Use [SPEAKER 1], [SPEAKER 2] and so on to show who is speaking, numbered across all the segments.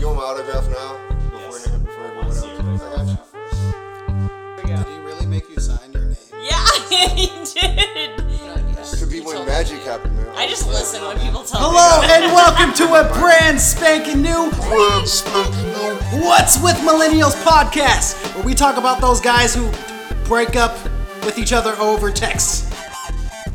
[SPEAKER 1] autograph now? Before,
[SPEAKER 2] Yes.
[SPEAKER 1] everyone- before everyone else? I got you.
[SPEAKER 3] Did he really make you sign your name?
[SPEAKER 4] Yeah, he did.
[SPEAKER 1] Could be when magic happened, man.
[SPEAKER 4] I just listen when people tell
[SPEAKER 5] Hello and welcome to a brand spanking new What's with Millennials podcast, where we talk about those guys who break up with each other over text.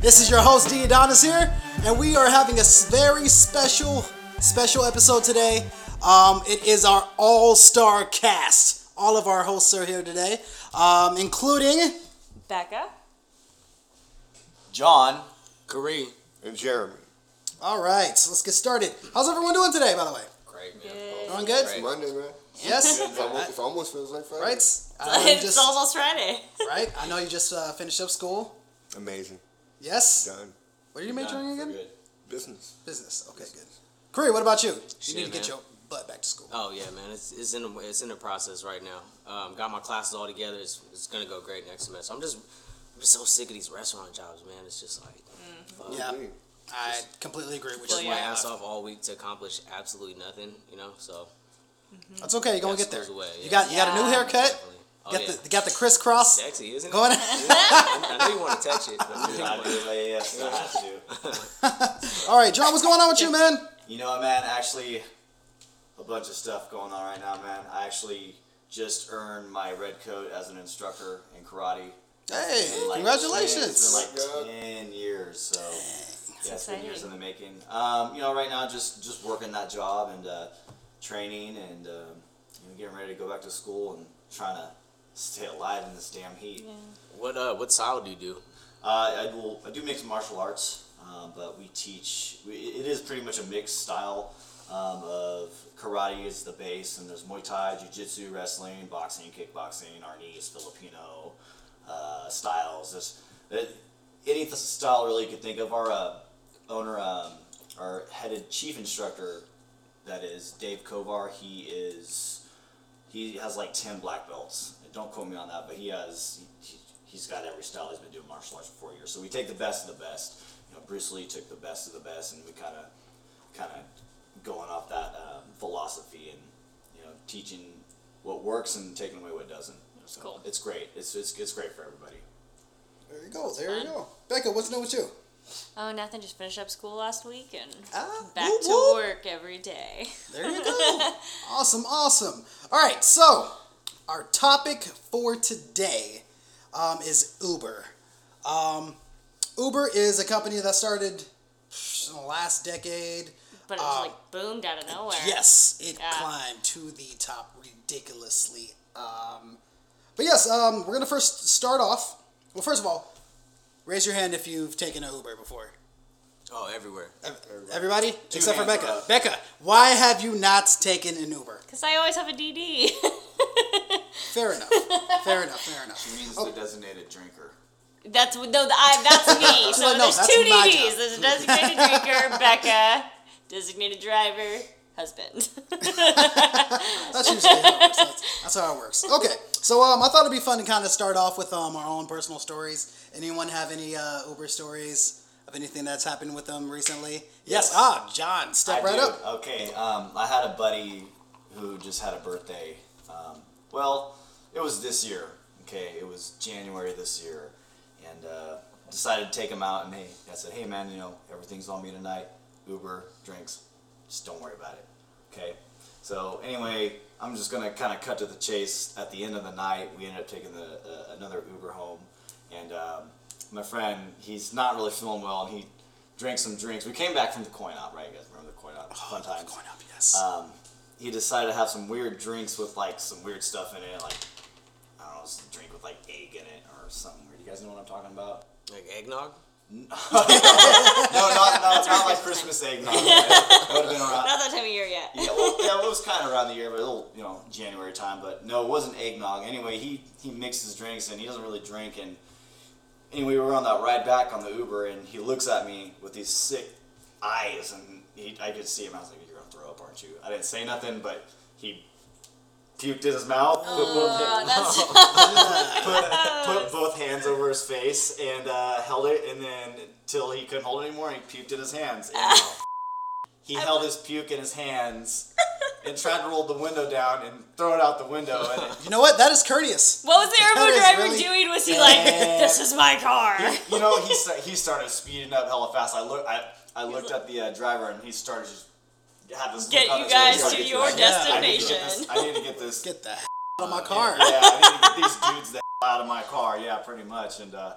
[SPEAKER 5] This is your host Diodonis here, and we are having a s- very special, special episode today. Um, it is our all-star cast. All of our hosts are here today, um, including
[SPEAKER 4] me. Becca.
[SPEAKER 2] John.
[SPEAKER 3] Kareem.
[SPEAKER 1] And Jeremy.
[SPEAKER 5] All right, so let's get started. How's everyone doing today, by the way?
[SPEAKER 2] Great man.
[SPEAKER 5] Everyone good?
[SPEAKER 1] It's Monday, man.
[SPEAKER 5] Yes.
[SPEAKER 1] It almost, it almost feels like Friday.
[SPEAKER 5] Right. Um,
[SPEAKER 4] it's
[SPEAKER 5] just-
[SPEAKER 4] almost Friday.
[SPEAKER 5] right? I know you just uh, finished up school.
[SPEAKER 1] Amazing.
[SPEAKER 5] Yes.
[SPEAKER 1] Done.
[SPEAKER 5] What are you majoring again?
[SPEAKER 1] Business.
[SPEAKER 5] Business. Okay, good. Corey, what about you? You
[SPEAKER 6] Shit,
[SPEAKER 5] need to get
[SPEAKER 6] man.
[SPEAKER 5] your butt back to school.
[SPEAKER 6] Oh yeah, man, it's, it's in a, it's in the process right now. Um, got my classes all together. It's, it's gonna go great next semester. I'm just I'm just so sick of these restaurant jobs, man. It's just like fuck.
[SPEAKER 5] yeah, I completely agree. Which
[SPEAKER 6] Just
[SPEAKER 5] is
[SPEAKER 6] my
[SPEAKER 5] why
[SPEAKER 6] ass off all week to accomplish absolutely nothing, you know. So
[SPEAKER 5] that's okay. You're gonna
[SPEAKER 6] Yeah,
[SPEAKER 5] get there.
[SPEAKER 6] school's away,
[SPEAKER 5] You
[SPEAKER 6] yeah.
[SPEAKER 5] got you got a new haircut.
[SPEAKER 6] definitely.
[SPEAKER 5] You
[SPEAKER 6] Oh,
[SPEAKER 5] got
[SPEAKER 6] yeah.
[SPEAKER 5] the you got the crisscross
[SPEAKER 6] sexy, isn't it?
[SPEAKER 5] going.
[SPEAKER 6] I know you want to touch it. But I'm
[SPEAKER 2] I
[SPEAKER 6] just-
[SPEAKER 2] do, like, yes, I have to.
[SPEAKER 5] All right, John, what's going on with you, man?
[SPEAKER 2] You know what, man? Actually, a bunch of stuff going on right now, man. I actually just earned my red coat as an instructor in karate.
[SPEAKER 5] Hey,
[SPEAKER 2] Like,
[SPEAKER 5] congratulations.
[SPEAKER 2] It's
[SPEAKER 1] Oh
[SPEAKER 2] been
[SPEAKER 1] my
[SPEAKER 2] like ten years, so yeah, it's been
[SPEAKER 4] exciting.
[SPEAKER 2] years in the making. Um, you know, right now just just working that job and uh, training and um, you know, getting ready to go back to school and trying to stay alive in this damn heat.
[SPEAKER 6] what uh, what style do you do?
[SPEAKER 2] Uh, I will. I do mixed martial arts, uh, but we teach. We, it is pretty much a mixed style um, of karate is the base, and there's Muay Thai, Jiu Jitsu, wrestling, boxing, kickboxing, Arnis, Filipino uh, styles. There's, there- any th- style really you could think of. Our uh, owner, um, our headed chief instructor, that is Dave Kovar. He is he has like 10 black belts. Don't quote me on that, but he has, he, he's got every style. He's been doing martial arts for four years. So we take the best of the best. You know, Bruce Lee took the best of the best, and we kind of, kind of going off that um, philosophy and, you know, teaching what works and taking away what doesn't. So
[SPEAKER 4] Cool.
[SPEAKER 2] It's great. It's, it's, it's great for everybody.
[SPEAKER 5] There you go. There you go. Becca, what's new with you?
[SPEAKER 4] Oh, nothing. Just finished up school last week and
[SPEAKER 5] Ah,
[SPEAKER 4] back
[SPEAKER 5] whoop,
[SPEAKER 4] to
[SPEAKER 5] whoop.
[SPEAKER 4] work every day.
[SPEAKER 5] There you go. awesome, awesome. All right, so our topic for today um, is Uber. Um, Uber is a company that started in the last decade.
[SPEAKER 4] But it was
[SPEAKER 5] Um,
[SPEAKER 4] like boomed out of nowhere.
[SPEAKER 5] Yes, it
[SPEAKER 4] Yeah.
[SPEAKER 5] climbed to the top ridiculously. Um, but yes, um, we're gonna first start off. Well, first of all, raise your hand if you've taken an Uber before.
[SPEAKER 6] Oh, everywhere.
[SPEAKER 5] Ev- Everybody except for
[SPEAKER 2] hands
[SPEAKER 5] Becca.
[SPEAKER 2] up.
[SPEAKER 5] Becca, why have you not taken an Uber?
[SPEAKER 4] Because I always have a DD.
[SPEAKER 5] Fair enough. Fair enough. Fair enough.
[SPEAKER 2] He means the designated drinker.
[SPEAKER 4] that's no, th- I, that's me. So
[SPEAKER 5] like, no,
[SPEAKER 4] there's
[SPEAKER 5] that's
[SPEAKER 4] two
[SPEAKER 5] my
[SPEAKER 4] DDs.
[SPEAKER 5] job.
[SPEAKER 4] There's a designated drinker, Becca, designated driver, husband.
[SPEAKER 5] That's usually how it works. That's, that's how it works. Okay. So um, I thought it'd be fun to kind of start off with um, our own personal stories. Anyone have any uh, Uber stories of anything that's happened with them recently? Yes. Ah, John, step
[SPEAKER 2] I
[SPEAKER 5] right
[SPEAKER 2] do.
[SPEAKER 5] up.
[SPEAKER 2] Okay, um, I had a buddy who just had a birthday. Um, well, it was this year. Okay, it was January this year, and uh, decided to take him out. And hey, I said, hey man, you know everything's on me tonight. Uber, drinks, just don't worry about it. Okay. So anyway, I'm just gonna kind of cut to the chase. At the end of the night, we ended up taking the uh, another Uber home, and um, my friend, he's not really feeling well, and he drank some drinks. We came back from the coin op, right? You guys remember the coin op? Fun times
[SPEAKER 5] Going up. Yes.
[SPEAKER 2] um, he decided to have some weird drinks with like some weird stuff in it, like I don't know, it's a drink with like egg in it or something weird. You guys know what I'm talking about?
[SPEAKER 6] Like eggnog?
[SPEAKER 2] No, not, not, not like Christmas eggnog. That would have been
[SPEAKER 5] Uh,
[SPEAKER 2] around.
[SPEAKER 4] Not that time of year yet.
[SPEAKER 2] Yeah, well, yeah, it was kind of around the year, but a little, you know, January time. But no, it wasn't eggnog. Anyway, he he mixes drinks and he doesn't really drink. And anyway, we were on that ride back on the Uber, and he looks at me with these sick eyes, and he, I could see him. I was like, "You're gonna throw up, aren't you?" I didn't say nothing, but he puked in his mouth.
[SPEAKER 4] Oh, that's
[SPEAKER 2] put, put both hands over his face and uh, held it, and then till he couldn't hold it anymore, he puked in his hands. And he held his puke in his hands
[SPEAKER 7] and tried to roll the window down and throw it out the window. And it,
[SPEAKER 5] You know what? That is courteous.
[SPEAKER 4] What was the
[SPEAKER 5] That
[SPEAKER 4] Uber
[SPEAKER 5] is
[SPEAKER 4] driver
[SPEAKER 5] really-
[SPEAKER 4] doing? Was he like, this is my car?
[SPEAKER 7] you know, he sta- he started speeding up hella fast. I look, I, I looked at the uh, driver and he started just have this. look
[SPEAKER 4] Get
[SPEAKER 7] on
[SPEAKER 4] you
[SPEAKER 7] his face,
[SPEAKER 4] guys
[SPEAKER 7] trying
[SPEAKER 4] to
[SPEAKER 7] get
[SPEAKER 4] your
[SPEAKER 7] this- I need to
[SPEAKER 4] destination.
[SPEAKER 7] get this- I need to get this.
[SPEAKER 5] Get that out of my car.
[SPEAKER 7] Yeah, I need to get these dudes the out of my car. Yeah, pretty much. And uh,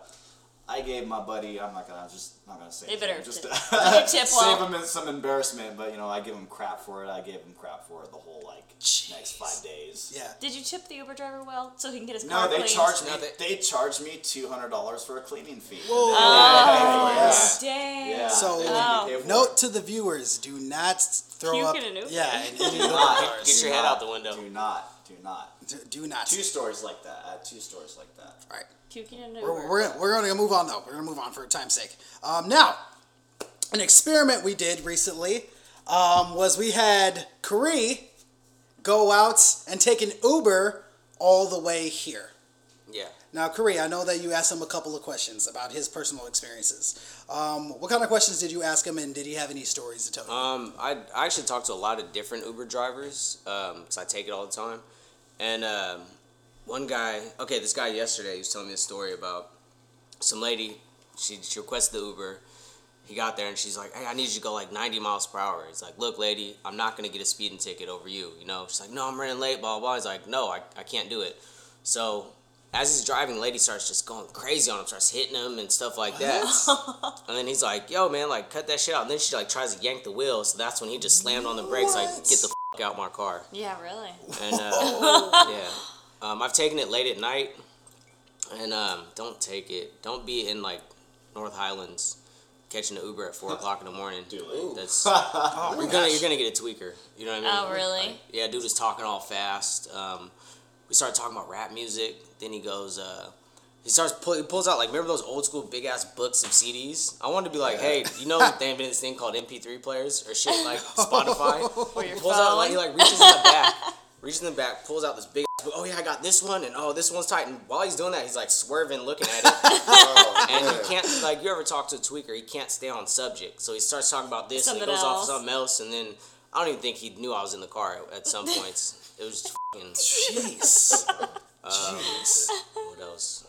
[SPEAKER 7] I gave my buddy. I'm not gonna. I'm just not gonna say.
[SPEAKER 4] They
[SPEAKER 7] his
[SPEAKER 4] better
[SPEAKER 7] name, just
[SPEAKER 4] tip-
[SPEAKER 7] uh,
[SPEAKER 4] tip
[SPEAKER 7] save
[SPEAKER 4] well?
[SPEAKER 7] him in some embarrassment. But you know, I give him crap for it. I gave him crap for it the whole like next five days.
[SPEAKER 5] Yeah.
[SPEAKER 4] Did you tip the Uber driver well so he can get his car
[SPEAKER 7] No, they
[SPEAKER 4] cleaned?
[SPEAKER 7] charged me.
[SPEAKER 6] No,
[SPEAKER 7] They,
[SPEAKER 6] they-
[SPEAKER 7] charged me two hundred dollars for a cleaning fee.
[SPEAKER 2] Oh.
[SPEAKER 4] Dang.
[SPEAKER 7] Yeah.
[SPEAKER 5] So,
[SPEAKER 7] they didn't
[SPEAKER 4] Oh.
[SPEAKER 7] pay for
[SPEAKER 5] Note to the viewers: Do not throw
[SPEAKER 4] Puke
[SPEAKER 5] up.
[SPEAKER 4] in an Uber.
[SPEAKER 5] Yeah, in any
[SPEAKER 7] it. Do
[SPEAKER 5] Uber
[SPEAKER 7] not.
[SPEAKER 5] cars.
[SPEAKER 6] Get your head out the window.
[SPEAKER 7] Do not. Do not.
[SPEAKER 5] Do- Do not.
[SPEAKER 7] Two stories like that.
[SPEAKER 2] Uh,
[SPEAKER 7] I had two stories like that.
[SPEAKER 5] All right.
[SPEAKER 4] Puking in an
[SPEAKER 5] We're,
[SPEAKER 4] Uber.
[SPEAKER 5] we're, gonna- we're going to move on though. We're going to move on for time's sake. Um, now, an experiment we did recently um, was we had Coree go out and take an Uber all the way here.
[SPEAKER 6] Yeah.
[SPEAKER 5] Now, Coree, I know that you asked him a couple of questions about his personal experiences. Um, what kind of questions did you ask him, and did he have any stories to tell? you?
[SPEAKER 6] Um, I, I actually talk to a lot of different Uber drivers because I take it all the time. And um, one guy, okay, this guy yesterday, he was telling me a story about some lady. She, she requested the Uber. He got there and she's like, "Hey, I need you to go like 90 miles per hour." He's like, "Look, lady, I'm not gonna get a speeding ticket over you." You know, she's like, "No, I'm running late." Blah blah. blah. He's like, "No, I, I can't do it." So as he's driving, the lady starts just going crazy on him, starts hitting him and stuff like that. and then he's like, "Yo, man, like cut that shit out." And then she like tries to yank the wheel, so that's when he just slammed on the brakes, like, "Get the f- out my car."
[SPEAKER 4] Yeah, really.
[SPEAKER 6] And uh, yeah, um, I've taken it late at night, and um, don't take it. Don't be in like North Highlands catching an Uber at four o'clock in the morning. That's you're gonna you're gonna get a tweaker. You know what I mean?
[SPEAKER 4] Oh, really?
[SPEAKER 6] Like, yeah, dude was talking all fast. Um, we started talking about rap music. Then he goes. Uh, he starts pull, he pulls out like remember those old school big ass books of CDs. I wanted to be like, hey, you know they invented this thing called MP3 players or shit like Spotify.
[SPEAKER 4] Or your
[SPEAKER 6] pulls out like he like reaches in the back, reaches in the back, pulls out this big. ass book. Oh yeah, I got this one, and oh this one's tight. And while he's doing that, he's like swerving, looking at it,
[SPEAKER 1] Oh,
[SPEAKER 6] and
[SPEAKER 1] man.
[SPEAKER 6] he can't like you ever talk to a tweaker, he can't stay on subject. So he starts talking about this,
[SPEAKER 4] Something
[SPEAKER 6] and it goes off
[SPEAKER 4] else.
[SPEAKER 6] something else, and then I don't even think he knew I was in the car at, at some points. It was just fucking. Uh,
[SPEAKER 5] Jeez.
[SPEAKER 6] What else?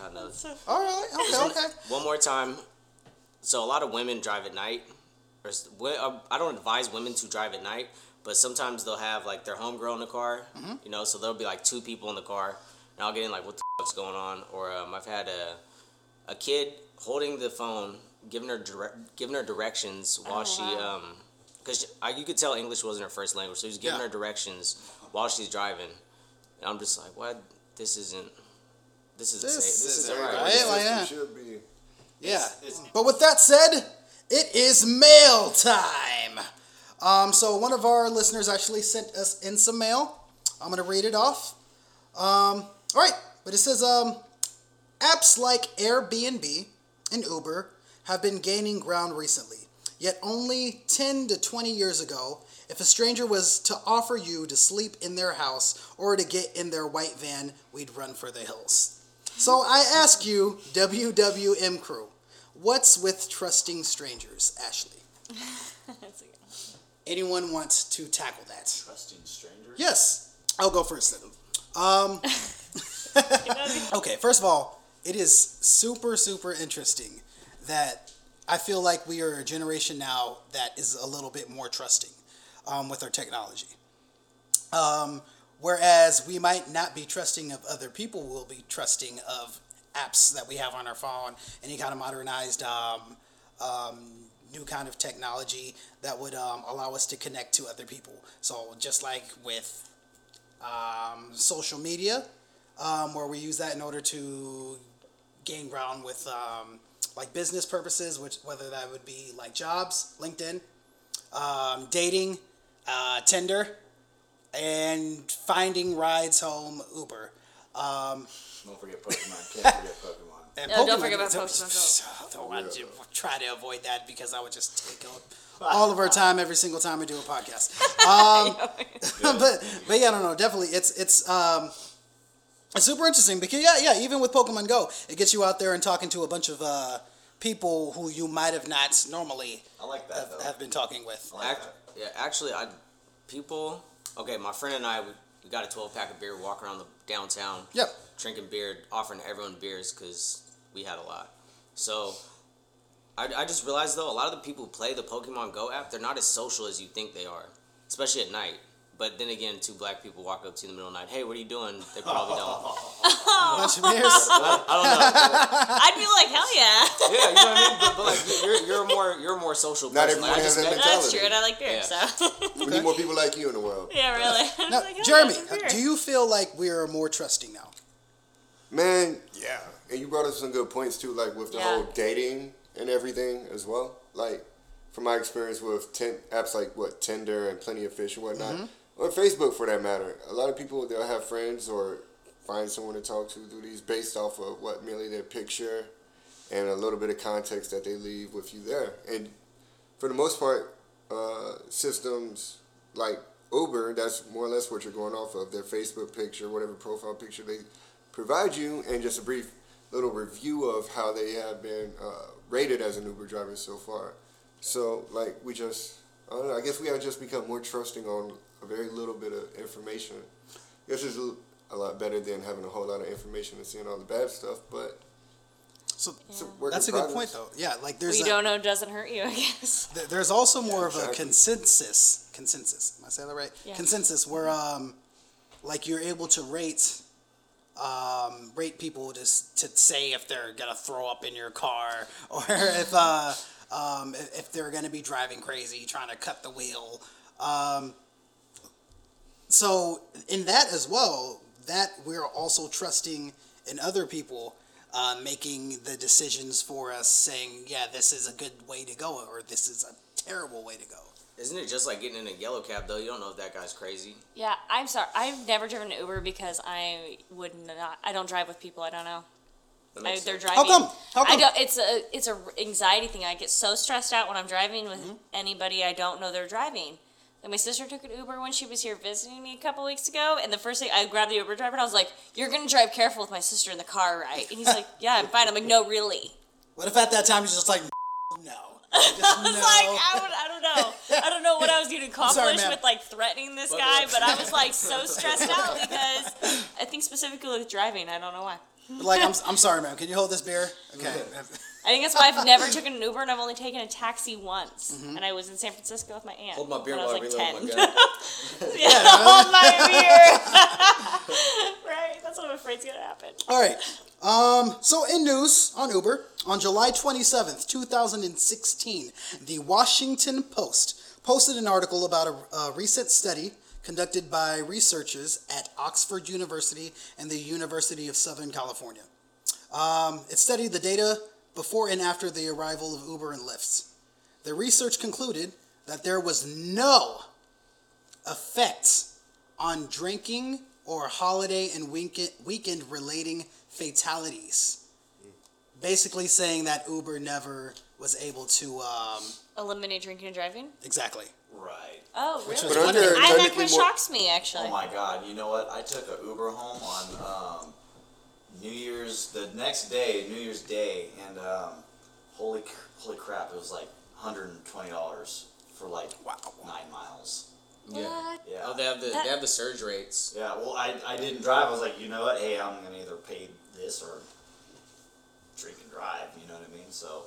[SPEAKER 6] I don't know.
[SPEAKER 5] all right. Okay. Okay.
[SPEAKER 6] One more time. So a lot of women drive at night. Or s- wi- uh, I don't advise women to drive at night, but sometimes they'll have like their homegirl in the car.
[SPEAKER 5] Mm-hmm.
[SPEAKER 6] You know, so there'll be like two people in the car, and I'll get in like, what the fuck's going on? Or um, I've had a a kid holding the phone, giving her dire- giving her directions while
[SPEAKER 4] Oh,
[SPEAKER 6] she
[SPEAKER 4] wow.
[SPEAKER 6] um, because you could tell English wasn't her first language, so he's giving
[SPEAKER 5] Yeah.
[SPEAKER 6] her directions while she's driving, and I'm just like, what? This isn't. This isn't
[SPEAKER 5] This
[SPEAKER 6] safe. This
[SPEAKER 5] is
[SPEAKER 6] isn't right.
[SPEAKER 5] right. Hey, why not?
[SPEAKER 1] should be.
[SPEAKER 5] Yeah.
[SPEAKER 7] It's-
[SPEAKER 5] But with that said, it is mail time. Um, so one of our listeners actually sent us in some mail. I'm gonna read it off. Um, all right, but it says um, apps like Airbnb and Uber have been gaining ground recently. Yet only 10 to 20 years ago, if a stranger was to offer you to sleep in their house or to get in their white van, we'd run for the hills. So I ask you, WWM crew, what's with trusting strangers, Ashley?
[SPEAKER 4] That's okay.
[SPEAKER 5] Anyone wants to tackle that?
[SPEAKER 7] Trusting strangers.
[SPEAKER 5] Yes, I'll go first then. Um, okay, first of all, it is super, super interesting that I feel like we are a generation now that is a little bit more trusting um, with our technology. Um, whereas we might not be trusting of other people, we'll be trusting of apps that we have on our phone, any kind of modernized um, um, new kind of technology that would um, allow us to connect to other people. So just like with um, social media, um, where we use that in order to gain ground with um, like business purposes, which whether that would be like jobs, LinkedIn, um, dating, uh, Tinder, and finding rides home, Uber.
[SPEAKER 7] Don't forget Pokemon. Can't forget Pokemon.
[SPEAKER 5] And
[SPEAKER 4] No, don't forget about Pokemon
[SPEAKER 5] Don't- I would try to avoid that because I would just take up all of our time every single time I do a podcast. Um, but but yeah, I don't know. Definitely, it's it's um, it's super interesting because yeah, yeah. Even with Pokemon Go, it gets you out there and talking to a bunch of uh, people who you might have not normally
[SPEAKER 7] I like that
[SPEAKER 5] have,
[SPEAKER 7] though.
[SPEAKER 5] have been talking with.
[SPEAKER 7] I like
[SPEAKER 6] Act-
[SPEAKER 7] that.
[SPEAKER 6] yeah, actually, I people okay, my friend and I, we, we got a 12 pack of beer, walking around the downtown,
[SPEAKER 5] Yep.
[SPEAKER 6] drinking beer, offering everyone beers because we had a lot. So I, I just realized though, a lot of the people who play the Pokemon Go app, they're not as social as you think they are, especially at night. But then again, two black people walk up to you in the middle of the night, hey, what are you doing? They probably don't.
[SPEAKER 5] Bunch of beers.
[SPEAKER 4] I'd be like, hell yeah.
[SPEAKER 6] yeah, you know what I mean? But, but like, you're, you're, a more, you're a more social person.
[SPEAKER 1] Not
[SPEAKER 6] Like,
[SPEAKER 1] everyone
[SPEAKER 6] I
[SPEAKER 1] has
[SPEAKER 6] just
[SPEAKER 1] that
[SPEAKER 6] met-
[SPEAKER 1] mentality.
[SPEAKER 4] That's true, and I like beer,
[SPEAKER 6] Yeah.
[SPEAKER 4] so.
[SPEAKER 1] We need more people like you in the world.
[SPEAKER 4] yeah, really. I was
[SPEAKER 5] Now,
[SPEAKER 4] like, hell yeah,
[SPEAKER 5] Jeremy, uh,
[SPEAKER 4] for beer.
[SPEAKER 5] do you feel like we're more trusting now?
[SPEAKER 1] Man, yeah. And you brought up some good points too, like with the
[SPEAKER 4] Yeah.
[SPEAKER 1] whole dating and everything as well. Like from my experience with tin apps like what Tinder and Plenty of Fish and whatnot, or Facebook for that matter. A lot of people they'll have friends or find someone to talk to through these based off of what merely their picture and a little bit of context that they leave with you there. And for the most part, uh, systems like Uber, that's more or less what you're going off of their Facebook picture, whatever profile picture they provide you, and just a brief little review of how they have been uh, rated as an Uber driver so far. So, like, we just, I don't know, I guess we have just become more trusting on a very little bit of information. I guess it's a, a lot better than having a whole lot of information and seeing all the bad stuff, but
[SPEAKER 5] So
[SPEAKER 1] it's a work in
[SPEAKER 5] that's a good
[SPEAKER 1] progress.
[SPEAKER 5] point, though. Yeah, like
[SPEAKER 4] What
[SPEAKER 5] there's
[SPEAKER 4] you
[SPEAKER 5] a,
[SPEAKER 4] don't know doesn't hurt you, I guess.
[SPEAKER 5] th- there's also more of a
[SPEAKER 1] exactly.
[SPEAKER 5] consensus. Consensus. Am I saying that right?
[SPEAKER 4] Yeah.
[SPEAKER 5] Consensus where um, like you're able to rate, um, rate people to s- to say if they're gonna throw up in your car or if uh, um, if if they're gonna be driving crazy, trying to cut the wheel. Um, so in that as well, that we're also trusting in other people uh, making the decisions for us, saying, yeah, this is a good way to go, or this is a terrible way to go.
[SPEAKER 6] Isn't it just like getting in a yellow cab though? You don't know if that guy's crazy.
[SPEAKER 4] Yeah, I'm sorry. I've never driven an Uber because I would not. I don't drive with people I don't know.
[SPEAKER 6] That
[SPEAKER 4] I,
[SPEAKER 6] makes
[SPEAKER 4] Oh, they're
[SPEAKER 6] sense.
[SPEAKER 4] driving.
[SPEAKER 5] come? How
[SPEAKER 4] I
[SPEAKER 5] come?
[SPEAKER 4] don't. It's a it's a r- anxiety thing. I get so stressed out when I'm driving with
[SPEAKER 5] Mm-hmm.
[SPEAKER 4] anybody I don't know they're driving. Like my sister took an Uber when she was here visiting me a couple weeks ago, and the first thing I grabbed the Uber driver and I was like, "You're gonna drive careful with my sister in the car, right?" And he's like, "Yeah, I'm fine." I'm like, "No, really."
[SPEAKER 5] What if at that time you're just like, no.
[SPEAKER 4] I was like, I, would, I don't know. I don't know what I was going to
[SPEAKER 5] Sorry,
[SPEAKER 4] accomplish
[SPEAKER 5] ma'am.
[SPEAKER 4] with like threatening this guy, but I was like so stressed out because I think specifically with driving. I don't know why.
[SPEAKER 5] like, I'm, I'm sorry, ma'am. Can you hold this beer? Okay.
[SPEAKER 4] I think that's why I've never taken an Uber and I've only taken a taxi once. And I was in San Francisco with my aunt.
[SPEAKER 6] Mm-hmm. Hold my beer
[SPEAKER 4] when I was
[SPEAKER 6] while I
[SPEAKER 4] like
[SPEAKER 6] reload my
[SPEAKER 4] 10.
[SPEAKER 6] gun.
[SPEAKER 4] yeah, hold my beer. right? That's what I'm afraid's going to happen.
[SPEAKER 5] All right. Um, so in news on Uber, on July 27th, 2016, the Washington Post posted an article about a, a recent study conducted by researchers at Oxford University and the University of Southern California. Um, it studied the data before and after the arrival of Uber and Lyft. The research concluded that there was no effect on drinking or holiday and weekend weekend relating fatalities. Basically, saying that Uber never was able to um,
[SPEAKER 4] Eliminate drinking and driving?
[SPEAKER 5] exactly.
[SPEAKER 2] Right.
[SPEAKER 4] Oh, really?
[SPEAKER 5] was
[SPEAKER 1] But aren't there
[SPEAKER 4] I, that kind
[SPEAKER 1] technically
[SPEAKER 4] of
[SPEAKER 1] more-
[SPEAKER 4] shocks me, actually.
[SPEAKER 2] Oh my God! You know what? I took a Uber home on um, New Year's the next day, New Year's Day, and um, holy cr- holy crap! It was like 120 dollars for like nine miles.
[SPEAKER 6] Yeah.
[SPEAKER 2] Yeah.
[SPEAKER 6] Oh, they have the they have the surge rates.
[SPEAKER 2] Yeah, well, I, I didn't drive. I was like, you know what? Hey, I'm gonna either pay this or drink and drive. You know what I mean? So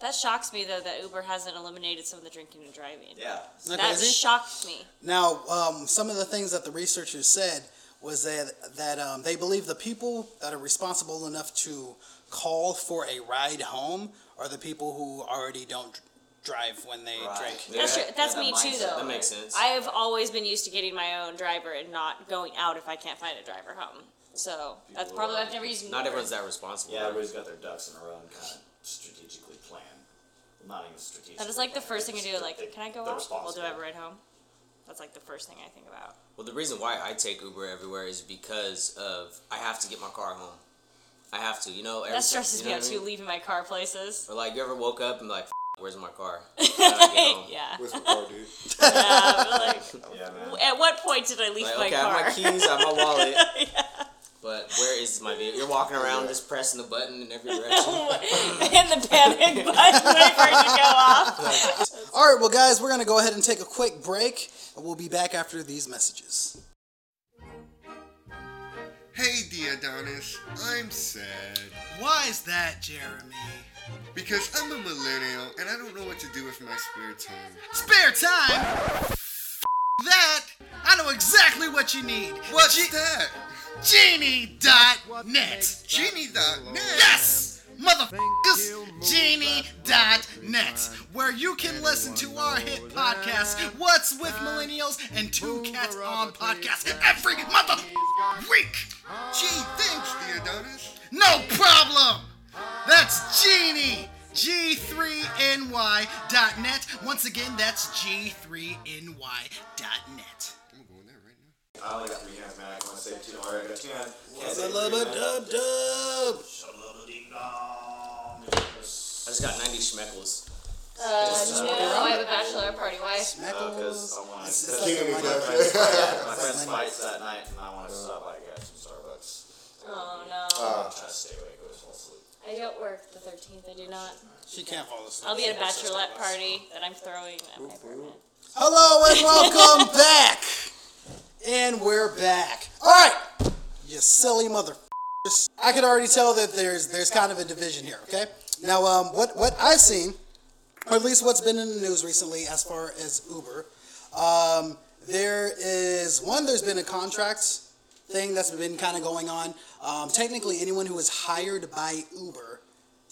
[SPEAKER 4] That shocks me, though, that Uber hasn't eliminated some of the drinking and driving.
[SPEAKER 2] yeah,
[SPEAKER 5] Isn't that
[SPEAKER 4] That
[SPEAKER 5] crazy?
[SPEAKER 4] shocked me.
[SPEAKER 5] Now, um, some of the things that the researchers said was that that um, they believe the people that are responsible enough to call for a ride home are the people who already don't dr- drive when they drink.
[SPEAKER 4] That's
[SPEAKER 6] Yeah.
[SPEAKER 4] true. That's
[SPEAKER 2] Yeah,
[SPEAKER 4] me
[SPEAKER 2] that
[SPEAKER 4] too,
[SPEAKER 2] mindset,
[SPEAKER 4] though.
[SPEAKER 6] That makes sense.
[SPEAKER 4] I have always been used to getting my own driver and not going out if I can't find a driver home. So that's
[SPEAKER 2] People
[SPEAKER 4] probably why
[SPEAKER 2] are-
[SPEAKER 4] I've never used. an
[SPEAKER 6] Not
[SPEAKER 4] Uber.
[SPEAKER 6] everyone's that responsible.
[SPEAKER 2] yeah. Everybody's got their ducks in a row and kind of strategically plan. Not even strategic.
[SPEAKER 4] That is like the first thing I do. Like, can I go out? Well, do I have a
[SPEAKER 2] right?
[SPEAKER 4] ride home? That's like the first thing I think about.
[SPEAKER 6] Well, the reason why I take Uber everywhere is because of I have to get my car home. I have to, you know. Every
[SPEAKER 4] That
[SPEAKER 6] ti-
[SPEAKER 4] stresses
[SPEAKER 6] you
[SPEAKER 4] me
[SPEAKER 6] know
[SPEAKER 4] out
[SPEAKER 6] what I
[SPEAKER 4] too.
[SPEAKER 6] mean?
[SPEAKER 4] Leaving my car places.
[SPEAKER 6] Or like you ever woke up and be like, "F- where's my car? I gotta get home.
[SPEAKER 4] Yeah.
[SPEAKER 1] What's the part, dude?
[SPEAKER 4] yeah like,
[SPEAKER 2] Yeah, man.
[SPEAKER 4] at what point did I leave
[SPEAKER 6] Like,
[SPEAKER 4] my
[SPEAKER 6] okay, I
[SPEAKER 4] car?
[SPEAKER 6] have my keys, I have my wallet. But where is my vehicle? You're walking around just pressing the button in every direction.
[SPEAKER 4] and the panic button waiting for it to go off.
[SPEAKER 5] All right, well, guys, we're going to go ahead and take a quick break, and we'll be back after these messages.
[SPEAKER 1] Hey, Diodonis, I'm sad
[SPEAKER 5] Why is that, Jeremy?
[SPEAKER 1] because I'm a millennial and I don't know what to do with my spare time.
[SPEAKER 5] Spare time? that! I know exactly what you need.
[SPEAKER 1] What's that?
[SPEAKER 5] Genie.net.
[SPEAKER 1] Genie.net.
[SPEAKER 5] Yes! Motherfuckers, genie.net, where you can listen to our hit podcast, What's with Millennials and Two Cats on Podcast, every mother week.
[SPEAKER 1] Gee, thanks, Diodonis.
[SPEAKER 5] No problem! That's Genie! G3NY.net. Once again, that's G3NY.net.
[SPEAKER 1] I'm going there right now.
[SPEAKER 7] I only got three hands, man. I can only save two. Alright, I got two hands. Can't save three, man.
[SPEAKER 5] Dub-dub!
[SPEAKER 6] I just got 90 schmeckles.
[SPEAKER 4] no, I have a bachelor party. Why?
[SPEAKER 2] uh,
[SPEAKER 7] Because I want to.
[SPEAKER 1] Kingdom is left.
[SPEAKER 7] My friend's fights that night, and I want to stop by and get some Starbucks.
[SPEAKER 4] Oh no.
[SPEAKER 7] I'm trying to stay awake or fall asleep.
[SPEAKER 4] I don't work the 13th. I do not.
[SPEAKER 5] She can't fall asleep.
[SPEAKER 4] I'll be at a bachelorette party that I'm throwing at my apartment.
[SPEAKER 5] Hello and welcome back. And we're back. All right, you silly motherfuckers. I could already tell that there's there's kind of a division here. Okay. Now, um, what what I've seen, or at least what's been in the news recently, as far as Uber, um, there is one. There's been a contract thing that's been kind of going on. Um, technically, anyone who is hired by Uber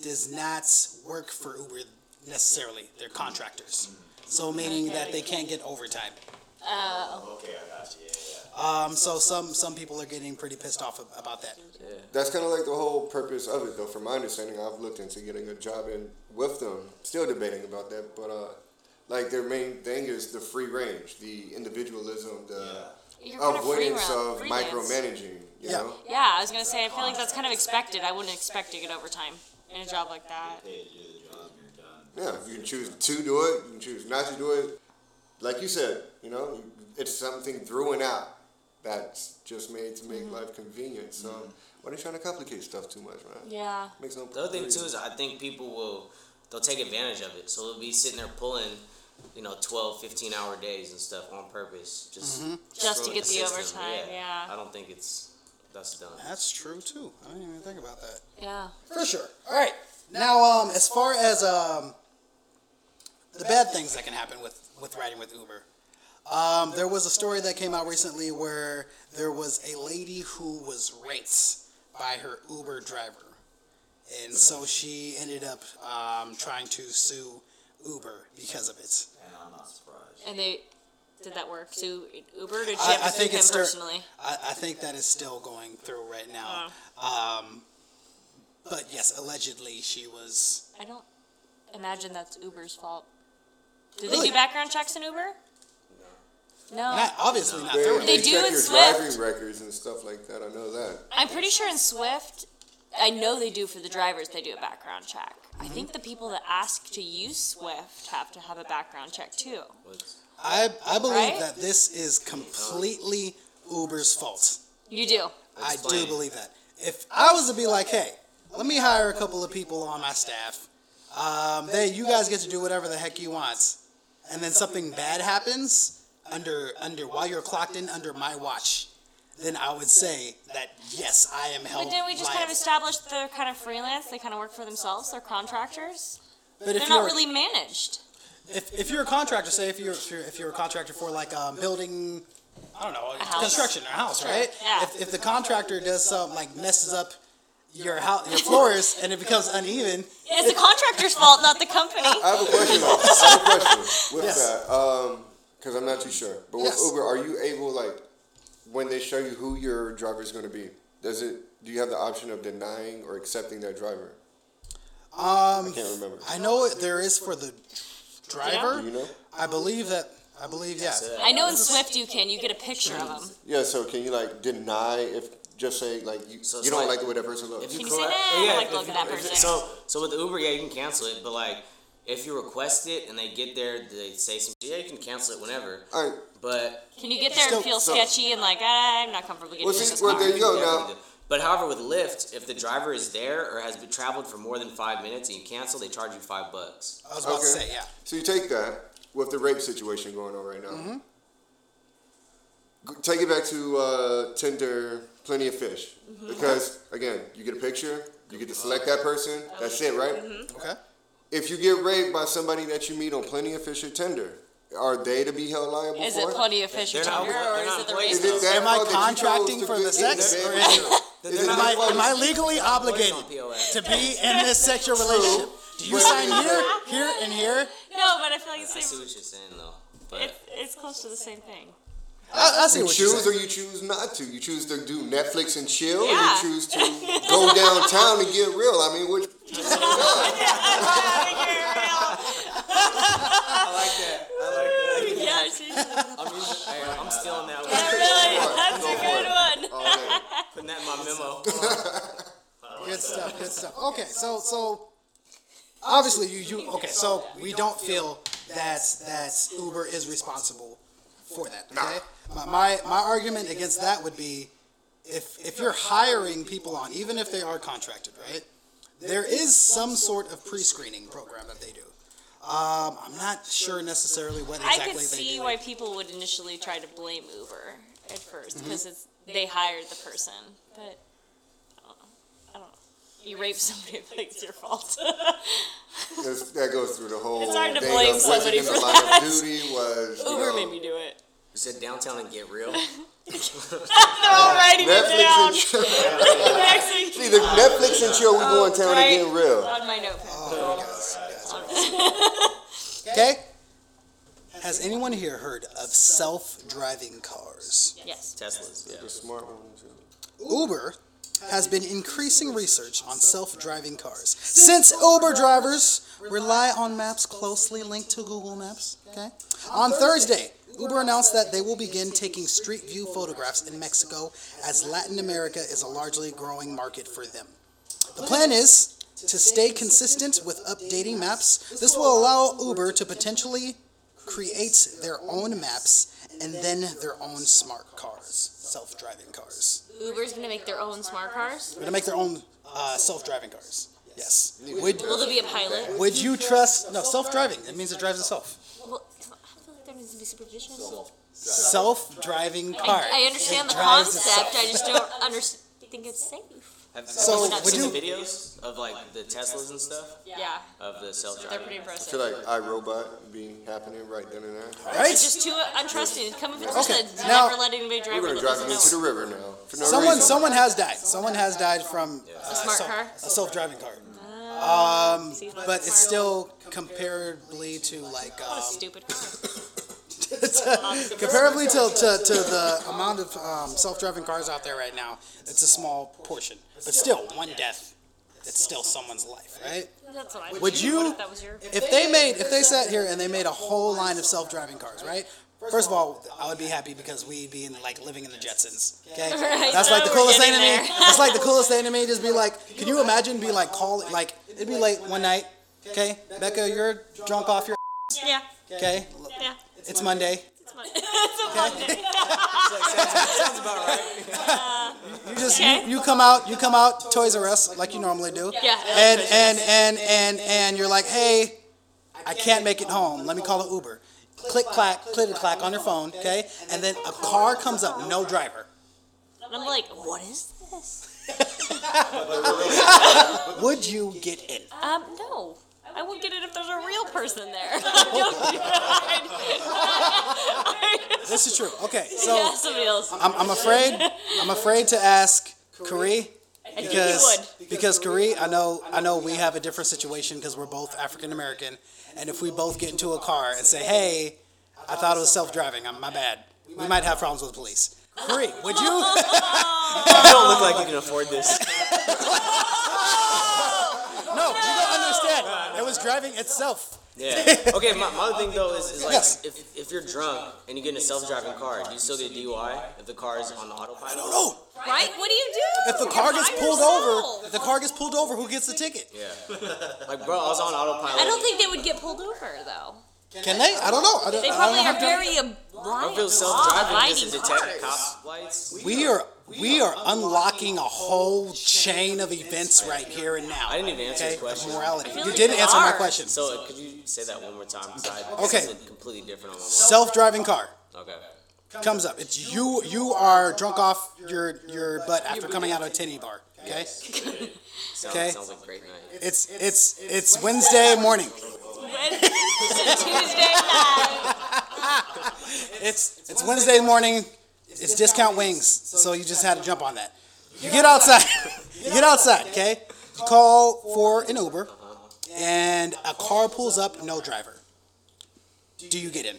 [SPEAKER 5] does not work for Uber necessarily. They're contractors. So meaning that they can't get overtime.
[SPEAKER 4] Oh.
[SPEAKER 7] Okay, I got you. Yeah, yeah.
[SPEAKER 5] Um, so some some people are getting pretty pissed off ab- about that.
[SPEAKER 1] That's kind of like the whole purpose of it, though. From my understanding, I've looked into getting a job in with them. Still debating about that, but uh, like their main thing is the free range, the individualism, the
[SPEAKER 4] You're
[SPEAKER 6] Oh,
[SPEAKER 4] kind of free
[SPEAKER 1] avoidance
[SPEAKER 4] roam-
[SPEAKER 1] of
[SPEAKER 4] freelance.
[SPEAKER 1] micromanaging. You
[SPEAKER 5] Yeah.
[SPEAKER 1] know,
[SPEAKER 4] Yeah, I was gonna say. I feel like that's kind of expected. I wouldn't expect to get overtime in a job like that.
[SPEAKER 1] yeah. You can choose to do it. You can choose not to do it. Like you said, you know, it's something through and out that's just made to make
[SPEAKER 4] Mm-hmm.
[SPEAKER 1] life convenient. So why are they trying to complicate stuff too much, man?
[SPEAKER 4] Yeah.
[SPEAKER 1] Makes no
[SPEAKER 6] Mm-hmm. The other thing too is I think people will they'll take advantage of it. So they'll be sitting there pulling, you know, 12, 15 hour days and stuff on purpose, just
[SPEAKER 1] Mm-hmm.
[SPEAKER 4] Just to
[SPEAKER 6] throw
[SPEAKER 4] get
[SPEAKER 6] it
[SPEAKER 4] the
[SPEAKER 6] in system.
[SPEAKER 4] overtime. Yeah.
[SPEAKER 6] I don't think it's that's done.
[SPEAKER 5] That's true too. I didn't even think about that.
[SPEAKER 4] Yeah.
[SPEAKER 5] For sure. All right. Now, um, as far as um, the bad things that can happen with with riding with Uber, um, there was a story that came out recently where there was a lady who was raped by her Uber driver, and so she ended up um, trying to sue Uber because of it.
[SPEAKER 7] And I'm not surprised.
[SPEAKER 4] And they did that work through Uber. Or did she
[SPEAKER 5] I,
[SPEAKER 4] have to
[SPEAKER 5] I think
[SPEAKER 4] them
[SPEAKER 5] it's still-
[SPEAKER 4] personally?
[SPEAKER 5] I, I think that is still going through right now. Um, but yes, allegedly she was.
[SPEAKER 4] I don't imagine that's Uber's fault. Do they
[SPEAKER 5] Really?
[SPEAKER 4] do background checks in Uber? No.
[SPEAKER 5] Not, obviously not through
[SPEAKER 1] They,
[SPEAKER 5] it.
[SPEAKER 1] they
[SPEAKER 4] They do
[SPEAKER 1] check
[SPEAKER 4] in
[SPEAKER 1] your
[SPEAKER 4] Swift.
[SPEAKER 1] driving records and stuff like that. I know that.
[SPEAKER 4] I'm pretty sure in Swift, I know they do for the drivers, they do a background check. I think the people that ask to use Swift have to have a background check too.
[SPEAKER 5] I, I believe
[SPEAKER 4] Right?
[SPEAKER 5] that this is completely Uber's fault.
[SPEAKER 4] You do.
[SPEAKER 5] I do believe that. If I was to be like, hey, let me hire a couple of people on my staff, um, they you guys get to do whatever the heck you want, and then something bad happens under under while you're clocked in under my watch, then I would say that yes, I am held.
[SPEAKER 4] But didn't we just kind of
[SPEAKER 5] liable.
[SPEAKER 4] establish they're kind of freelance? They kind of work for themselves. They're contractors.
[SPEAKER 5] But
[SPEAKER 4] They're
[SPEAKER 5] if
[SPEAKER 4] not
[SPEAKER 5] you're,
[SPEAKER 4] really managed.
[SPEAKER 5] if, if you're a contractor, say if you're if you're, if you're a contractor for like um, building, I don't know,
[SPEAKER 4] house.
[SPEAKER 5] construction or a house, right?
[SPEAKER 4] Yeah.
[SPEAKER 5] If, if the contractor does something like messes up your house, your floors, and it becomes uneven,
[SPEAKER 4] It's the contractor's fault, not the company.
[SPEAKER 1] I have a question. though. I have a question with
[SPEAKER 5] Yes.
[SPEAKER 1] that. Um, because I'm not too sure. But with
[SPEAKER 5] Yes.
[SPEAKER 1] Uber, are you able like when they show you who your driver is going to be? Does it? Do you have the option of denying or accepting that driver? Um, I can't remember.
[SPEAKER 5] I know it- there is for the driver.
[SPEAKER 1] Do you know?
[SPEAKER 5] I believe that. I believe yeah.
[SPEAKER 4] I know in Swift you can. You get a picture of them.
[SPEAKER 1] Yeah. So can you like deny if just say like you,
[SPEAKER 6] So it's
[SPEAKER 1] you don't like,
[SPEAKER 6] like-
[SPEAKER 1] the way that person looks?
[SPEAKER 6] If
[SPEAKER 4] Can you say,
[SPEAKER 6] collect-
[SPEAKER 4] "Nah, I don't like
[SPEAKER 6] if-
[SPEAKER 4] the look of that
[SPEAKER 6] if-
[SPEAKER 4] person."
[SPEAKER 6] So, so with the Uber, yeah, you can cancel it, but like, if you request it and they get there, they say some, yeah, you can cancel it whenever.
[SPEAKER 1] All right.
[SPEAKER 6] But
[SPEAKER 4] Can you get there and feel sketchy and like, "Ah, I'm not comfortable getting
[SPEAKER 1] Well,
[SPEAKER 4] in
[SPEAKER 1] see,
[SPEAKER 4] this
[SPEAKER 1] well,
[SPEAKER 4] car?
[SPEAKER 1] there you go. Now,
[SPEAKER 6] definitely do. But however, with Lyft, if the driver is there or has been traveled for more than five minutes and you cancel, they charge you five bucks.
[SPEAKER 5] I was about to
[SPEAKER 1] Okay.
[SPEAKER 5] say yeah.
[SPEAKER 1] So you take that, with the rape situation going on right now.
[SPEAKER 4] Mm-hmm.
[SPEAKER 1] G- Take it back to uh, Tinder, Plenty of Fish,
[SPEAKER 4] Mm-hmm.
[SPEAKER 1] because again, you get a picture, you get to select that person. That's it, right?
[SPEAKER 4] Mm-hmm.
[SPEAKER 5] Okay.
[SPEAKER 1] If you get raped by somebody that you meet on Plenty of Fish or Tinder, are they to be held liable
[SPEAKER 4] Is
[SPEAKER 1] for
[SPEAKER 4] it plenty of fish
[SPEAKER 6] They're
[SPEAKER 4] and
[SPEAKER 6] not-
[SPEAKER 4] Tinder,
[SPEAKER 6] they're
[SPEAKER 4] or is
[SPEAKER 6] not
[SPEAKER 4] it the
[SPEAKER 1] Is
[SPEAKER 6] employees,
[SPEAKER 1] it
[SPEAKER 4] race?
[SPEAKER 1] that
[SPEAKER 5] Am I
[SPEAKER 1] route that you
[SPEAKER 5] contracting
[SPEAKER 1] chose to
[SPEAKER 5] for
[SPEAKER 1] get
[SPEAKER 5] the sex,
[SPEAKER 1] in?
[SPEAKER 5] or
[SPEAKER 1] Is
[SPEAKER 5] is
[SPEAKER 1] it- is it
[SPEAKER 5] Am
[SPEAKER 1] my
[SPEAKER 5] I, am I
[SPEAKER 1] fault?
[SPEAKER 5] legally obligated
[SPEAKER 6] on POS.
[SPEAKER 5] to be in this sexual relationship? Do you sign here, here, and here?
[SPEAKER 4] No, but I feel like it's,
[SPEAKER 6] I see
[SPEAKER 4] same,
[SPEAKER 6] what you're saying though, but
[SPEAKER 4] it's, it's close to the same thing.
[SPEAKER 5] I, I see
[SPEAKER 1] You
[SPEAKER 5] what you're
[SPEAKER 1] choose
[SPEAKER 5] saying.
[SPEAKER 1] or you choose not to. You choose to do Netflix and chill,
[SPEAKER 4] Yeah.
[SPEAKER 1] or you choose to go downtown and get real. I mean, which
[SPEAKER 6] I like that. I like that.
[SPEAKER 4] yeah, see, yeah,
[SPEAKER 6] I'm, using- I- I'm stealing that one.
[SPEAKER 4] really, that's a good one.
[SPEAKER 1] all that.
[SPEAKER 6] Putting that in my memo.
[SPEAKER 5] Good stuff. Good stuff. Okay, so so obviously you you okay. So we don't feel that's that's Uber is responsible for that. Okay. My my, my argument against that would be if if you're hiring people on, even if they are contracted, right? There is some sort of pre-screening program that they do. Um, I'm not sure necessarily what
[SPEAKER 4] I
[SPEAKER 5] exactly
[SPEAKER 4] could
[SPEAKER 5] they
[SPEAKER 4] see
[SPEAKER 5] do.
[SPEAKER 4] why people would initially try to blame Uber at first because it's they hired the person, but I don't know. I don't know. You rape somebody, but it's your fault.
[SPEAKER 1] That's- that goes through the whole.
[SPEAKER 4] It's hard to
[SPEAKER 1] thing
[SPEAKER 4] blame
[SPEAKER 1] of was it
[SPEAKER 4] somebody
[SPEAKER 1] in the
[SPEAKER 4] for
[SPEAKER 1] line
[SPEAKER 4] that.
[SPEAKER 1] Of duty was you
[SPEAKER 4] Uber
[SPEAKER 1] know,
[SPEAKER 4] made me do it.
[SPEAKER 6] You said downtown and get real.
[SPEAKER 4] They're all writing it
[SPEAKER 1] Netflix
[SPEAKER 4] down.
[SPEAKER 1] and chill.
[SPEAKER 4] Next thing-
[SPEAKER 1] See, the Netflix and chill. We
[SPEAKER 4] Oh,
[SPEAKER 1] going town
[SPEAKER 4] right.
[SPEAKER 1] and getting real.
[SPEAKER 4] on my notepad.
[SPEAKER 5] Okay. Has anyone here heard of self-driving cars?
[SPEAKER 4] Yes.
[SPEAKER 6] Teslas. Yeah.
[SPEAKER 1] Smart one too.
[SPEAKER 5] Uber has been increasing research on self driving cars since Uber drivers rely on maps closely linked to Google Maps. Okay? On Thursday, Uber announced that they will begin taking street view photographs in Mexico as Latin America is a largely growing market for them. The plan is to stay consistent with updating maps. This will allow Uber to potentially create their own maps and then their own smart cars, self driving cars.
[SPEAKER 4] Uber's gonna make their own smart cars.
[SPEAKER 5] They're gonna make their own uh, self-driving cars. Yes. Would
[SPEAKER 4] Will there be a pilot?
[SPEAKER 5] would you trust? No, self-driving. That means it drives itself.
[SPEAKER 4] Well, I feel like there needs to be supervision.
[SPEAKER 5] Self-driving car.
[SPEAKER 4] I understand the
[SPEAKER 5] drives
[SPEAKER 4] concept. I just don't understand. Think it's safe.
[SPEAKER 6] Have
[SPEAKER 5] So,
[SPEAKER 6] have
[SPEAKER 5] would
[SPEAKER 6] you seen
[SPEAKER 5] you-
[SPEAKER 6] the videos of like the Teslas and stuff
[SPEAKER 4] Yeah,
[SPEAKER 6] of the self
[SPEAKER 4] they're
[SPEAKER 6] driving?
[SPEAKER 4] pretty
[SPEAKER 1] I feel
[SPEAKER 4] impressive.
[SPEAKER 1] like iRobot be happening right then and there.
[SPEAKER 5] Right.
[SPEAKER 4] Just too untrusting. Coming from a person
[SPEAKER 5] Okay,
[SPEAKER 4] that's
[SPEAKER 5] now-
[SPEAKER 4] never let anybody drive
[SPEAKER 1] We're
[SPEAKER 4] that
[SPEAKER 1] gonna drive them into
[SPEAKER 4] doesn't
[SPEAKER 1] the
[SPEAKER 4] know.
[SPEAKER 1] river now. For no
[SPEAKER 5] Someone
[SPEAKER 1] reason.
[SPEAKER 5] someone has died. Someone has died from uh,
[SPEAKER 4] A smart
[SPEAKER 5] self-
[SPEAKER 4] car. Ah.
[SPEAKER 5] a self-driving car. Um,
[SPEAKER 4] See, that's
[SPEAKER 5] But it's
[SPEAKER 4] smart.
[SPEAKER 5] still comparably to like
[SPEAKER 4] What a
[SPEAKER 5] um,
[SPEAKER 4] stupid car.
[SPEAKER 5] comparably to, to, to the amount of um, self-driving cars out there right now. It's a small portion, but still one death. It's still someone's life, right?
[SPEAKER 4] That's what I.
[SPEAKER 5] Would you-
[SPEAKER 4] What if that was your?
[SPEAKER 5] if they made if they sat here and they made a whole line of self-driving cars right first of all i would be happy because we'd be in like living in the jetsons okay
[SPEAKER 4] Right,
[SPEAKER 5] that's like the
[SPEAKER 4] we're
[SPEAKER 5] coolest thing to
[SPEAKER 4] getting
[SPEAKER 5] me
[SPEAKER 4] there.
[SPEAKER 5] that's like the coolest thing to me just be like can you imagine be like call like it'd be late one night okay becca you're drunk off your
[SPEAKER 4] Yeah,
[SPEAKER 5] okay
[SPEAKER 4] yeah.
[SPEAKER 5] it's monday
[SPEAKER 4] It's Monday. it's a Monday.
[SPEAKER 6] Sounds about right.
[SPEAKER 5] you just
[SPEAKER 4] Okay.
[SPEAKER 5] you, you come out you come out toys r us like you normally do
[SPEAKER 4] Yeah.
[SPEAKER 5] and and and and and you're like, hey, I can't make it home. Let me call an Uber. Click clack, click clack on your phone, okay? And then a car comes up, no driver.
[SPEAKER 4] And I'm like, what is this?
[SPEAKER 5] Would you get in?
[SPEAKER 4] Um, no. I won't get it if there's a real person there. Don't do that.
[SPEAKER 5] This is true. Okay,
[SPEAKER 4] yeah,
[SPEAKER 5] so
[SPEAKER 4] somebody else.
[SPEAKER 5] I'm, I'm afraid I'm afraid to ask Kari
[SPEAKER 4] I think you would.
[SPEAKER 5] because because Kari, I know I know we have a different situation because we're both African American, and if we both get into a car and say, hey, I thought it was self-driving. I'm my bad. We might have problems with the police. Kari, would you?
[SPEAKER 6] You don't look like you can afford this.
[SPEAKER 5] No, you don't understand. It was driving itself.
[SPEAKER 6] Yeah. Okay. My, my other thing though is, is like
[SPEAKER 5] Yes.
[SPEAKER 6] if, if you're drunk and you get in a self-driving car, do you still get a DUI if the car is on autopilot?
[SPEAKER 5] Oh,
[SPEAKER 4] Right? What do you do?
[SPEAKER 5] if the car gets
[SPEAKER 4] By
[SPEAKER 5] pulled
[SPEAKER 4] yourself.
[SPEAKER 5] over, if the car gets pulled over, who gets the ticket?
[SPEAKER 6] Yeah. Like, bro, I was on autopilot.
[SPEAKER 4] I don't think they would get pulled over though.
[SPEAKER 5] Can they? I don't know. I don't,
[SPEAKER 4] They
[SPEAKER 5] I
[SPEAKER 4] probably
[SPEAKER 5] don't
[SPEAKER 4] are
[SPEAKER 5] have to-
[SPEAKER 4] very
[SPEAKER 6] I feel
[SPEAKER 4] blind,
[SPEAKER 6] self-driving doesn't
[SPEAKER 4] blinding cars.
[SPEAKER 6] detect cop lights.
[SPEAKER 5] We are we are unlocking a whole chain of events right here and now.
[SPEAKER 6] I didn't even answer
[SPEAKER 5] Okay,
[SPEAKER 6] his question.
[SPEAKER 5] morality.
[SPEAKER 4] feel
[SPEAKER 5] You
[SPEAKER 4] like
[SPEAKER 5] didn't
[SPEAKER 4] we
[SPEAKER 5] answer my
[SPEAKER 4] are.
[SPEAKER 5] question.
[SPEAKER 6] So uh, could you say that one more time? 'Cause I
[SPEAKER 5] Okay.
[SPEAKER 6] this is completely different on my mind.
[SPEAKER 5] Self-driving car
[SPEAKER 6] Okay.
[SPEAKER 5] comes up. It's you. You are drunk off your your butt after coming out of a tinny bar. Okay.
[SPEAKER 6] Sounds,
[SPEAKER 5] Okay.
[SPEAKER 6] Sounds like a great night.
[SPEAKER 5] It's it's it's Wednesday morning.
[SPEAKER 4] It's a Tuesday night.
[SPEAKER 5] It's it's Wednesday morning. It's discount wings. So you just had to jump on that. You get outside. You get outside. Okay. You call for an Uber, and a car pulls up. No driver. Do you get in?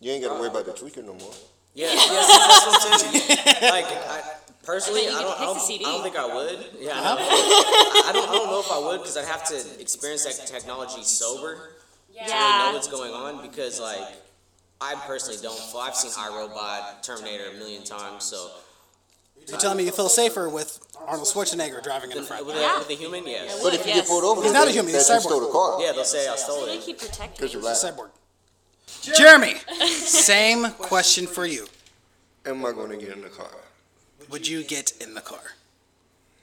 [SPEAKER 1] You ain't got to worry about the tweaker no more.
[SPEAKER 6] Yeah. yeah that's what I'm saying. Like, I, personally,
[SPEAKER 4] I thought you
[SPEAKER 6] I don't,
[SPEAKER 4] could pick the
[SPEAKER 6] I don't,
[SPEAKER 4] CD.
[SPEAKER 6] I don't think I would. Yeah.
[SPEAKER 5] Uh-huh.
[SPEAKER 6] I, know. I- I don't, I don't know if I would because I'd have to experience that technology sober. really know
[SPEAKER 4] Yeah.
[SPEAKER 6] what's going on because like I personally don't. Well, I've seen iRobot, Terminator a million times, so
[SPEAKER 5] You're telling me you feel safer with Arnold Schwarzenegger driving in the
[SPEAKER 6] with
[SPEAKER 5] front?
[SPEAKER 6] a, with a human, yes.
[SPEAKER 1] But if you
[SPEAKER 4] Yes.
[SPEAKER 1] get pulled over,
[SPEAKER 5] He's not a
[SPEAKER 1] they-
[SPEAKER 5] human,
[SPEAKER 1] they
[SPEAKER 5] he's
[SPEAKER 1] think
[SPEAKER 5] cyborg.
[SPEAKER 1] you stole the car.
[SPEAKER 6] Yeah, they'll say I stole
[SPEAKER 4] They
[SPEAKER 6] it.
[SPEAKER 4] keep protecting.
[SPEAKER 1] Because you're
[SPEAKER 4] me.
[SPEAKER 1] black.
[SPEAKER 5] Cyborg. Jeremy, same question for you.
[SPEAKER 1] Am I going to get in the car?
[SPEAKER 5] Would you get in the car?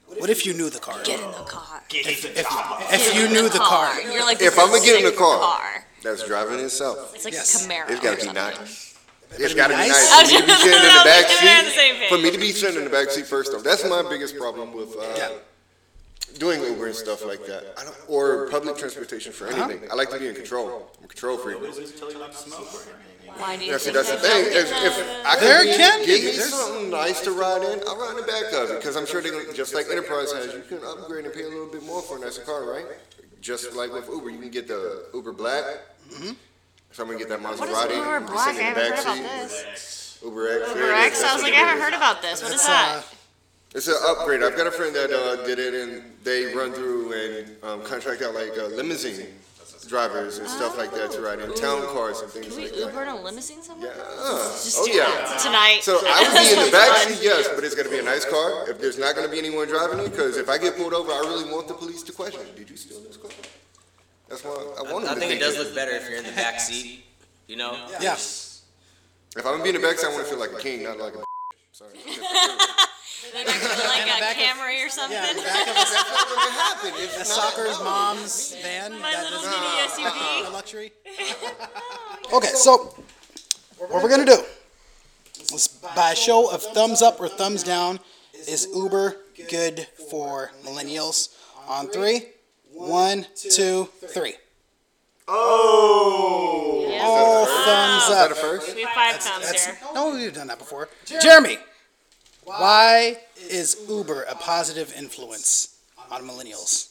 [SPEAKER 5] What if you knew the car?
[SPEAKER 4] Get in the car.
[SPEAKER 5] If you knew the car,
[SPEAKER 4] You're like,
[SPEAKER 1] If
[SPEAKER 4] this
[SPEAKER 1] I'ma
[SPEAKER 4] is
[SPEAKER 1] get in the
[SPEAKER 4] sick
[SPEAKER 1] car. That's driving itself.
[SPEAKER 4] It's like
[SPEAKER 5] Yes.
[SPEAKER 4] a Camaro.
[SPEAKER 1] It's got to
[SPEAKER 4] or
[SPEAKER 1] be
[SPEAKER 4] something.
[SPEAKER 1] nice. It's got to be
[SPEAKER 5] nice?
[SPEAKER 1] nice. For
[SPEAKER 4] I was
[SPEAKER 1] me to be
[SPEAKER 4] just-
[SPEAKER 1] sitting in
[SPEAKER 4] I
[SPEAKER 1] the
[SPEAKER 4] was
[SPEAKER 1] back
[SPEAKER 4] thinking we're on the same
[SPEAKER 1] seat.
[SPEAKER 4] page.
[SPEAKER 1] For me to be sitting in the back seat first off, that's my biggest problem with uh, doing Uber and stuff like that. I don't, or public transportation for
[SPEAKER 4] Uh-huh.
[SPEAKER 1] anything. I like to be in control. I'm a control freak.
[SPEAKER 4] Why do you
[SPEAKER 1] Now, see,
[SPEAKER 4] think
[SPEAKER 1] that's the
[SPEAKER 4] they
[SPEAKER 1] thing.
[SPEAKER 4] don't
[SPEAKER 1] If,
[SPEAKER 4] get
[SPEAKER 1] if
[SPEAKER 4] the-
[SPEAKER 1] I can
[SPEAKER 5] There
[SPEAKER 1] get-
[SPEAKER 5] can
[SPEAKER 1] give
[SPEAKER 5] be.
[SPEAKER 1] me
[SPEAKER 5] There's-
[SPEAKER 1] something nice to ride in, I'll ride in the back of it because I'm sure they're gonna, just like Enterprise has, you can upgrade and pay a little bit more for a nicer car, right? Just like with Uber, you can get the Uber Black.
[SPEAKER 5] Mm-hmm.
[SPEAKER 1] So I'm gonna get that
[SPEAKER 4] What
[SPEAKER 1] Maserati.
[SPEAKER 4] is Uber
[SPEAKER 1] sit
[SPEAKER 4] Black? I
[SPEAKER 1] in the
[SPEAKER 4] haven't heard
[SPEAKER 1] back
[SPEAKER 4] about
[SPEAKER 1] seat.
[SPEAKER 4] this.
[SPEAKER 1] Uber X.
[SPEAKER 4] Uber X? I was like, I haven't heard about this. What is that?
[SPEAKER 1] uh, It's an upgrade. I've got a friend that uh, did it, and they run through and um, contract out like uh, limousine drivers and stuff like that to ride in town cars and things
[SPEAKER 4] Can we
[SPEAKER 1] like
[SPEAKER 4] Uber
[SPEAKER 1] that.
[SPEAKER 4] in a limousine somewhere? Just
[SPEAKER 1] Oh
[SPEAKER 4] do
[SPEAKER 1] yeah.
[SPEAKER 4] it tonight.
[SPEAKER 1] So I would be in the back seat, yes, but it's gonna be a nice car. If there's not gonna be anyone driving it, because if I get pulled over, I really want the police to question, did you steal this car? That's why I want
[SPEAKER 6] I
[SPEAKER 1] them to think
[SPEAKER 6] think it does
[SPEAKER 1] it.
[SPEAKER 6] look better if you're in the back seat. You know,
[SPEAKER 5] yeah.
[SPEAKER 1] If I'm gonna be in the back seat, I wanna feel like a king, not like a Sorry. That's not
[SPEAKER 4] They're not gonna, like a Camry or something.
[SPEAKER 5] Yeah, in the back of a
[SPEAKER 1] gonna happen. It's
[SPEAKER 5] a
[SPEAKER 1] not-
[SPEAKER 5] soccer's mom's van.
[SPEAKER 4] My
[SPEAKER 5] that
[SPEAKER 4] little
[SPEAKER 5] doesn't-
[SPEAKER 4] mini SUV.
[SPEAKER 5] the luxury. okay, so what we're gonna do is by a show of thumbs up or thumbs down, is Uber good for millennials? On three, one, two, three. All thumbs
[SPEAKER 1] Is that a
[SPEAKER 5] up.
[SPEAKER 1] first?
[SPEAKER 4] We have five thumbs
[SPEAKER 5] That's
[SPEAKER 4] here.
[SPEAKER 5] no, we've done that before. Jeremy, why is Uber a positive influence on millennials?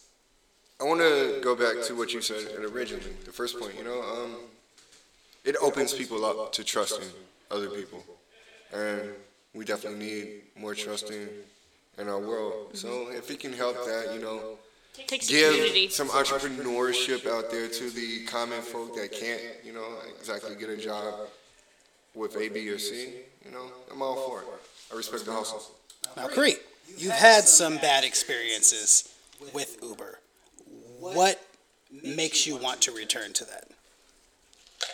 [SPEAKER 1] I want to go back to what you said originally, the first point. You know, um, it opens people up to trusting other people, and we definitely need more trusting in our world. So if it can help that, you know,
[SPEAKER 4] Takes a community.
[SPEAKER 1] give some entrepreneurship out there to the common folk that can't, you know, exactly get a job with A, B, or C. You know, I'm all for it. I respect the hustle.
[SPEAKER 5] Now, Cree, you've had some bad experiences with Uber. What makes you want to return to that?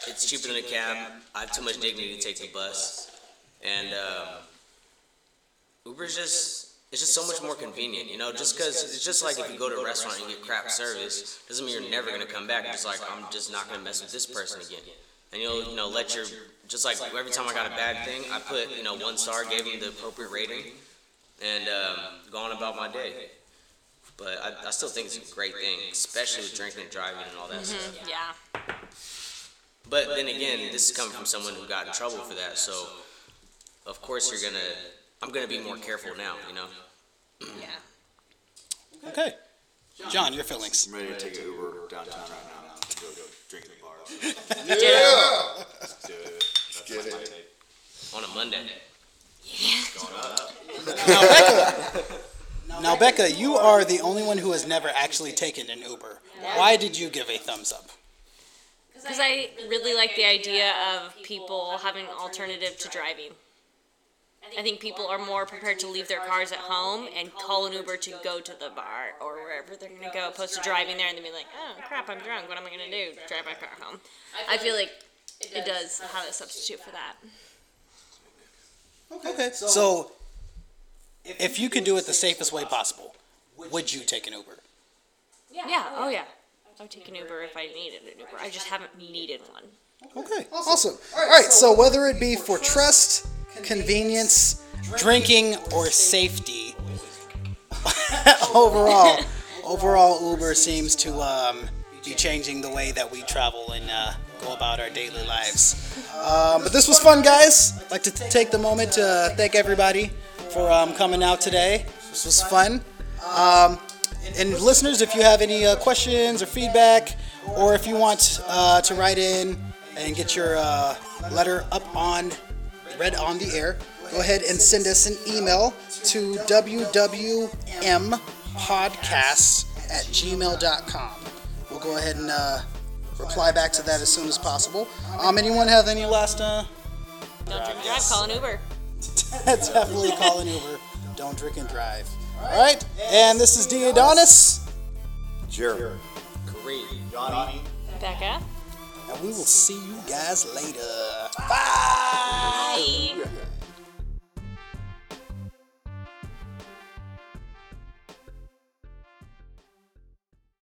[SPEAKER 6] it's cheaper than a cab. I have too much dignity to take the bus, and um, Uber's just. It's just so much more convenient, you know. Just because it's just like if you go to a restaurant and you get crap service, doesn't mean you're never gonna come back. It's just like I'm just not gonna mess with this person again, and you'll you know let your just like every time I got a bad thing, I put you know one star, gave them the appropriate rating, and um, gone about my day. But I, I still think it's a great thing, especially with drinking and driving and all that stuff.
[SPEAKER 4] Yeah.
[SPEAKER 6] But, then again, this is coming from someone who got in trouble for that, so of course you're gonna. I'm gonna be more careful now, you know.
[SPEAKER 4] Yeah.
[SPEAKER 5] Okay. John, your feelings.
[SPEAKER 7] I'm ready to take an Uber downtown right now to go drink at the bar.
[SPEAKER 1] Yeah.
[SPEAKER 7] Do it. That's
[SPEAKER 1] Get
[SPEAKER 7] my
[SPEAKER 1] it.
[SPEAKER 7] take.
[SPEAKER 6] On a Monday.
[SPEAKER 5] Now, Becca, you are the only one who has never actually taken an Uber. Why did you give a thumbs up?
[SPEAKER 4] Because I really like the idea of people having an alternative to driving. I think people are more prepared to leave their cars at home and call an Uber to go to the bar or wherever they're going to go, opposed to driving there and then be like, oh crap, I'm drunk. What am I going to do? Drive my car home. I feel like it does have a substitute for that.
[SPEAKER 5] Okay. So, if you could do it the safest way possible, would you take an Uber?
[SPEAKER 4] Yeah. Oh yeah. I would take an Uber if I needed an Uber. I just haven't needed one.
[SPEAKER 5] Okay. Awesome. All right. So whether it be for trust, convenience, drinking, or safety, overall, overall Uber seems to um, be changing the way that we travel and uh, go about our daily lives. Um, but this was fun, guys. I'd like to t- take the moment to thank everybody for um, coming out today. This was fun. Um, and listeners, if you have any uh, questions or feedback, or if you want uh, to write in and get your uh, letter up on read on the air, go ahead and send us an email to wwmpodcast at gmail.com. We'll go ahead and uh, reply back to that as soon as possible. Um, anyone have any last? Uh,
[SPEAKER 4] Don't drink and drive. Call an Uber.
[SPEAKER 5] definitely call an Uber. Don't drink and drive. All right, and this is D. Adonis.
[SPEAKER 1] Jeremy.
[SPEAKER 6] Great.
[SPEAKER 4] Becca.
[SPEAKER 5] and we will see you guys later. Bye.
[SPEAKER 4] Bye.